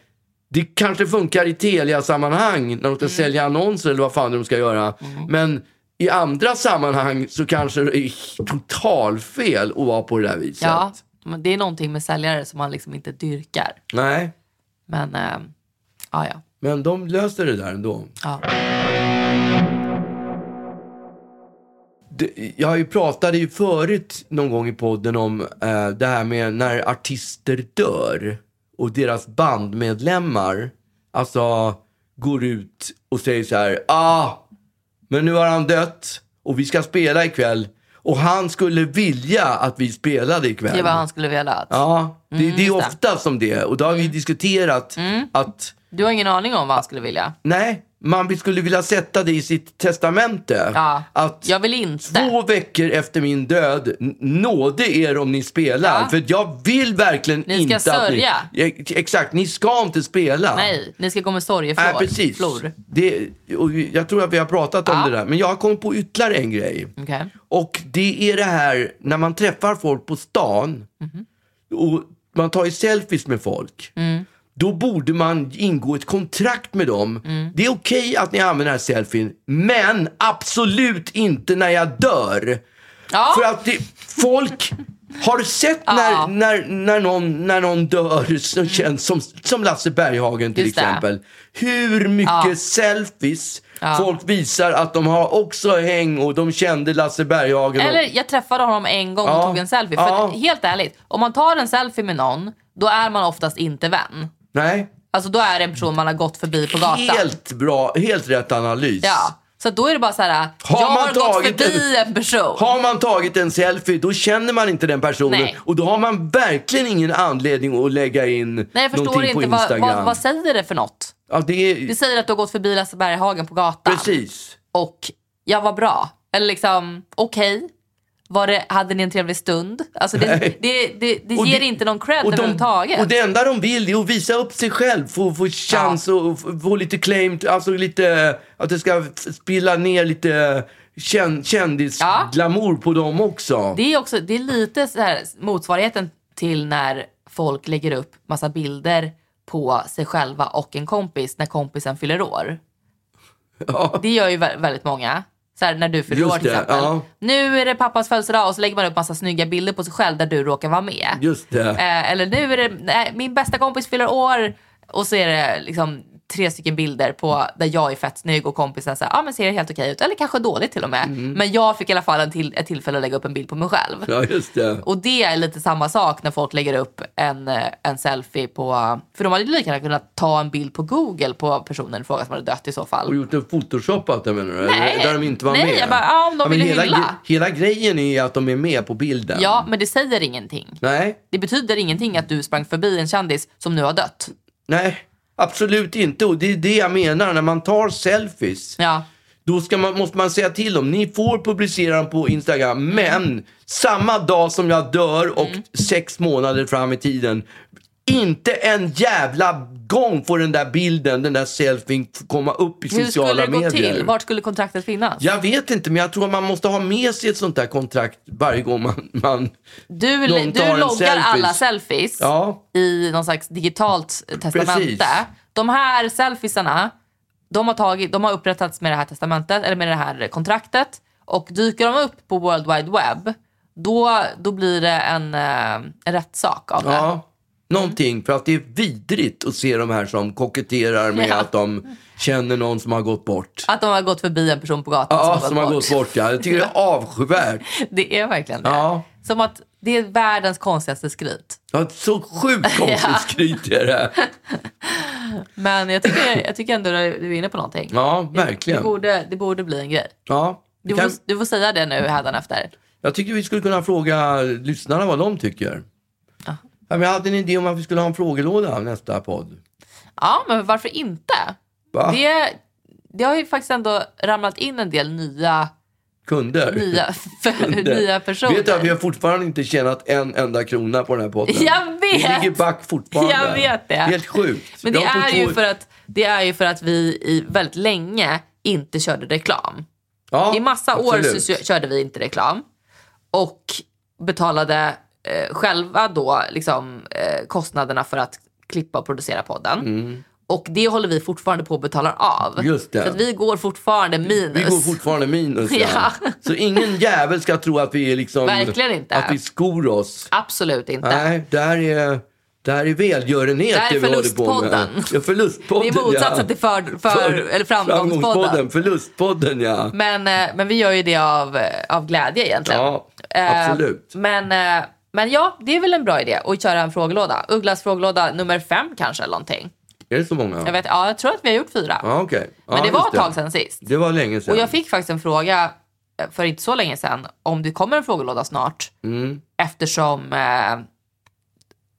Det kanske funkar i Telia-sammanhang när de Mm. ska sälja annonser eller vad fan de ska göra. Men i andra sammanhang så kanske det är totalfel att vara på det där viset. Ja, men det är någonting med säljare som man liksom inte dyrkar. Nej, Men, äh, ja, ja. men de löste det där ändå. ja. Det- Jag har ju pratade ju förut någon gång i podden om eh, det här med när artister dör och deras bandmedlemmar alltså går ut och säger så här. Ah, men nu har han dött och vi ska spela ikväll. Och han skulle vilja att vi spelade ikväll. Det är vad han skulle velat. Ja, det, det är just det. Mm. ofta som det är. Och då har vi diskuterat att Du har ingen aning om vad han skulle vilja. nej, man skulle vilja sätta det i sitt testamente. Ja. Att Jag vill inte. Två veckor efter min död, n- nåde er om ni spelar. Ja. För jag vill verkligen Ni ska inte sörja. att ni... E- Exakt, ni ska inte spela. Nej, ni ska gå med sorgeflor. Nej, precis. Flor. Det, och jag tror att vi har pratat om Ja. Mm. det där. Men jag har kommit på ytterligare en grej. Okej. Och det är det här när man träffar folk på stan Mhm. och man tar ju selfies med folk. Mm. Då borde man ingå ett kontrakt med dem. Mm. Det är okej att ni använder den här selfien, men absolut inte när jag dör. Ja. För att det, folk har du sett när, Ja. Mm. när, när, någon, när någon dör som känns som, som Lasse Berghagen till Just det. exempel. Hur mycket selfies folk visar att de har också häng och de kände Lasse Berghagen. Eller och, jag träffade honom en gång och Ja. tog en selfie. För Ja. att, helt ärligt, om man tar en selfie med någon, då är man oftast inte vän. nej, Alltså då är det en person man har gått förbi på gatan. helt bra, helt rätt analys. Ja. Så då är det bara så här, Har jag man har gått tagit förbi en person. Har man tagit en selfie, då känner man inte den personen. Nej. Och då har man verkligen ingen anledning att lägga in Nej jag förstår någonting på inte, vad, Instagram. vad, vad säger det för något? ja, det är, Det säger att du har gått förbi Lasse Berghagen på gatan. precis. Och jag var bra. Eller liksom, okej. Var det, hade ni en trevlig stund? Alltså det, Nej. det, det, det, Och ger det- inte någon cred Och, de, överhuvudtaget. och det enda de vill är att visa upp sig själv, få, få chans och f- få lite claim, t- alltså lite, att det ska f- spilla ner lite kän, kändisglamour på dem också. Det är, också, det är lite så här motsvarigheten till när folk lägger upp massa bilder på sig själva och en kompis när kompisen fyller år. Det gör ju vä- väldigt många. Så här, när du fyller Just år till det, exempel. ja. Nu är det pappas födelsedag och så lägger man upp massa snygga bilder på sig själv där du råkar vara med. Just det. Eh, eller nu är det nej, min bästa kompis fyller år och så är det liksom tre stycken bilder på där jag är fett snygg och kompisen säger ah, men ser helt okej ut eller kanske dåligt till och med. Men jag fick i alla fall en till, ett tillfälle att lägga upp en bild på mig själv. Mm. Ja, just det. Och det är lite samma sak när folk lägger upp en, eh, en selfie på... För de hade ju lika gärna kunnat ta en bild på Google på personen i fråga som hade dött i så Och fall. gjort en photoshopat menar du? Nej. Eller Där de inte var Nej, med? jag bara, ja, om de men ville hela, hylla. gre- hela grejen är att de är med på bilden. Ja, men det säger ingenting. Nej, Det betyder ingenting att du sprang förbi en kändis som nu har dött. nej, absolut inte. Och det är det jag menar, när man tar selfies. Ja, Då ska man, måste man säga till dem, ni får publicera den på Instagram, men samma dag som jag dör och Mm. sex månader fram i tiden, inte en jävla gång får den där bilden, den där selfien f- komma upp i hur skulle sociala det gå medier. till? Vart skulle kontraktet finnas? Jag vet inte, men jag tror att man måste ha med sig ett sånt där kontrakt varje gång man... man Du, de tar du en loggar selfies. alla selfies ja, i någon slags digitalt eh, testamente. Precis. De här selfiesarna, de har, tagit, de har upprättats med det här testamentet eller med det här kontraktet och dyker de upp på World Wide Web då, då blir det en, eh, en rättssak av det. ja. Någonting, för att det är vidrigt att se de här som koketterar med Ja. att de känner någon som har gått bort. Att de har gått förbi en person på gatan Ja, som, (laughs) som har gått bort ja. Jag tycker det är avskyvärt. Det är verkligen det. Ja. Som att det är världens konstigaste skryt. Ja, så (laughs) sjukt konstigt skryt är det. Men jag tycker, jag tycker ändå att du är inne på någonting. Ja, Det verkligen. borde, det borde bli en grej. Ja, Du, det kan, får, du får säga det nu hädanefter. jag tycker vi skulle kunna fråga lyssnarna vad de tycker. Ja, men jag hade en idé om att vi skulle ha en frågelåda nästa podd. Ja, men varför inte? Va? Det, det har ju faktiskt ändå ramlat in en del nya, Kunder. nya, (laughs) nya personer. Vet du att vi har fortfarande inte tjänat en enda krona på den här podden? Jag vet! Vi ligger back fortfarande. Jag vet det. Helt sjukt. Men det Vi har är, på ju två- för att, det är ju för att vi i väldigt länge inte körde reklam. ja, I massa år absolut. så kö- körde vi inte reklam. Och betalade eh, själva då liksom, eh, kostnaderna för att klippa och producera podden. Och det håller vi fortfarande på att betala av. Mm. Just det. Så att vi går fortfarande minus. Vi går fortfarande (laughs) minus. Ja. Så ingen jävel ska tro att vi är liksom... Verkligen inte. Att vi skor oss. Absolut inte. Nej, där är... Där är välgörenhet Där är det vi håller på med. förlustpodden. Ja, Det förlustpodden. är motsatsen ja. till för, för, eller framgångspodden. Förlustpodden, ja. Men, eh, men vi gör ju det av, eh, av glädje egentligen. Ja, Eh, absolut. Men, eh, men ja, det är väl en bra idé att köra en frågelåda. Ugglas frågelåda nummer fem kanske eller någonting. Är det så många? Jag, vet, ja, jag tror att vi har gjort fyra. Ja, okej. Ja, men det var just ett tag sedan sist. Det var länge sedan. Och jag fick faktiskt en fråga eh, för inte så länge sedan om det kommer en frågelåda snart. Mm. Eftersom eh,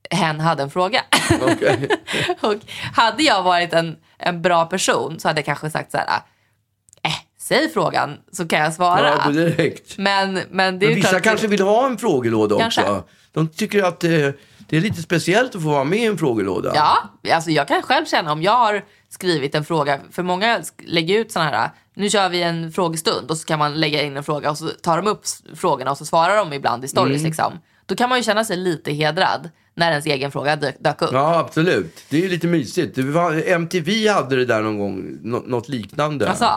hen hade en fråga. Okej. (laughs) Och hade jag varit en, en bra person så hade jag kanske sagt så här. Eh, säg frågan så kan jag svara. Ja, på direkt. Men, men det är Men ju klart vissa att- kanske vill ha en frågelåda Kanske. också. De tycker att eh, det är lite speciellt att få vara med i en frågelåda. Ja, alltså jag kan själv känna om jag har skrivit en fråga. För många sk- lägger ut sådana här, nu kör vi en frågestund och så kan man lägga in en fråga och så tar de upp s- frågorna och så svarar de ibland Mm. i stories liksom. Då kan man ju känna sig lite hedrad när ens egen fråga dök, dök upp. Ja, absolut. Det är ju lite mysigt. Det var, MTV hade det där någon gång, nå- något liknande. Alltså,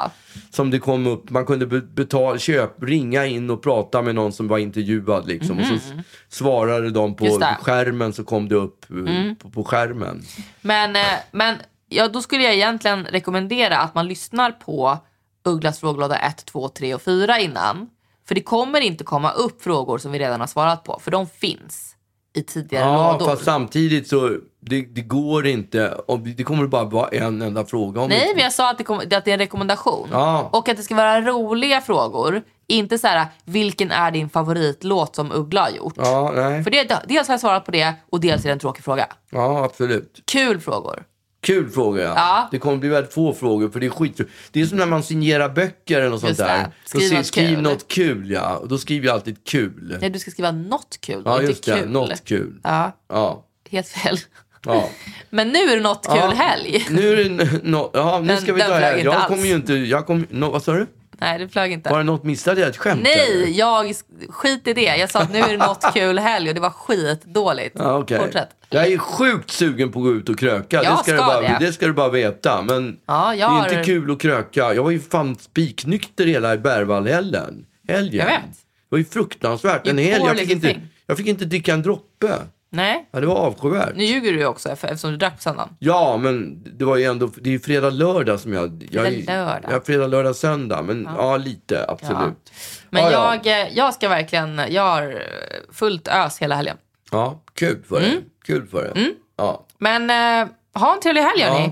Som det kom upp, man kunde be- betala, köp, ringa in och prata med någon som var intervjuad. Liksom. Och så s- svarade de på Mm-hmm. Just det. Mm. skärmen så kom det upp eh, på, på skärmen. men eh, men ja, då skulle jag egentligen rekommendera att man lyssnar på Ugglas frågelåda 1, 2, 3 och 4 innan. För det kommer inte komma upp frågor som vi redan har svarat på, för de finns i tidigare Ja, lådor. fast samtidigt så det, det går inte. Om- Det kommer bara vara en enda fråga. Om Nej, inte- men jag sa att det, kom, att det är en rekommendation. Ja. Och att det ska vara roliga frågor. Inte så här, vilken är din favoritlåt som Uggla har gjort? Ja, nej. För det, dels har jag svarat på det och dels är det en tråkig fråga. ja, absolut. Kul frågor. Kul fråga, ja. Ja. Det kommer bli väldigt få frågor, för det är skit. Det är som när man signerar böcker eller något sånt Just det. där. Då Skriv ser- något skriv kul. något kul, ja. Och då skriver jag alltid kul. Nej, du ska skriva något kul. ja, inte just det. kul. Något kul. Ja, Ja. helt fel. ja. (laughs) Men nu är det något kul Ja. helg. (laughs) Nu är det n- nå- ja, nu Mm. Den- ska vi den ta flög här. inte Jag alls. kommer ju inte... Jag kom, nå- vad sa du? Nej, det flög inte. Var det något? Missade jag ett skämt? eller? Nej, jag skit i det. Jag sa att nu är det något (laughs) kul helg och det var skitdåligt. Ja, okej. Fortsätt. Jag är sjukt sugen på att gå ut och kröka. Jag det, ska du ska bara, det. det. ska du bara veta. Men Ja, jag det är har- inte kul att kröka. Jag var ju fan spiknykter hela Berwaldhelgen. Helgen. Jag vet. Det var ju fruktansvärt. En You helg. poor Jag fick, little inte, thing. jag fick inte dricka en droppe. Nej, Ja, det var avskyvärt. nu ljuger du ju också eftersom du drack på söndagen. Ja, men det var ju ändå... Det är ju fredag, lördag som jag... jag Fredag, lördag. Ja, fredag, lördag, söndag. Men ja, lite. Absolut. Men Ja, ja. jag, eh, jag ska verkligen, jag har eh, fullt ös hela helgen. Ja, kul för dig. Mm. Kul för dig. Ja. Men eh, ha en trevlig helg hörni.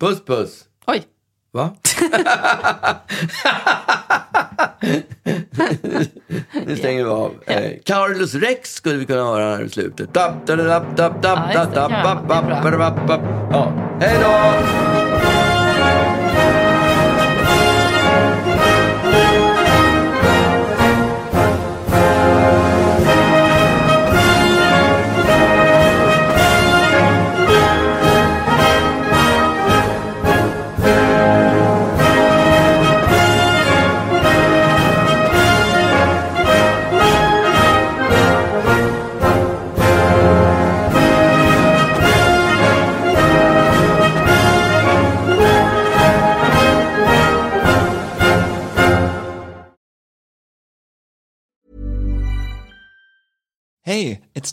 ja. Puss, puss. Oj. (laughs) Va? nu stänger vi av. Eh, Carlos Rex skulle vi kunna höra här i slutet. Tapp, da, da, dapp, dapp, dapp, Ja, just det. dapp, Ja, dapp, det är bra. dapp, dapp, dapp, dapp. Ja, hej då! Hey, it's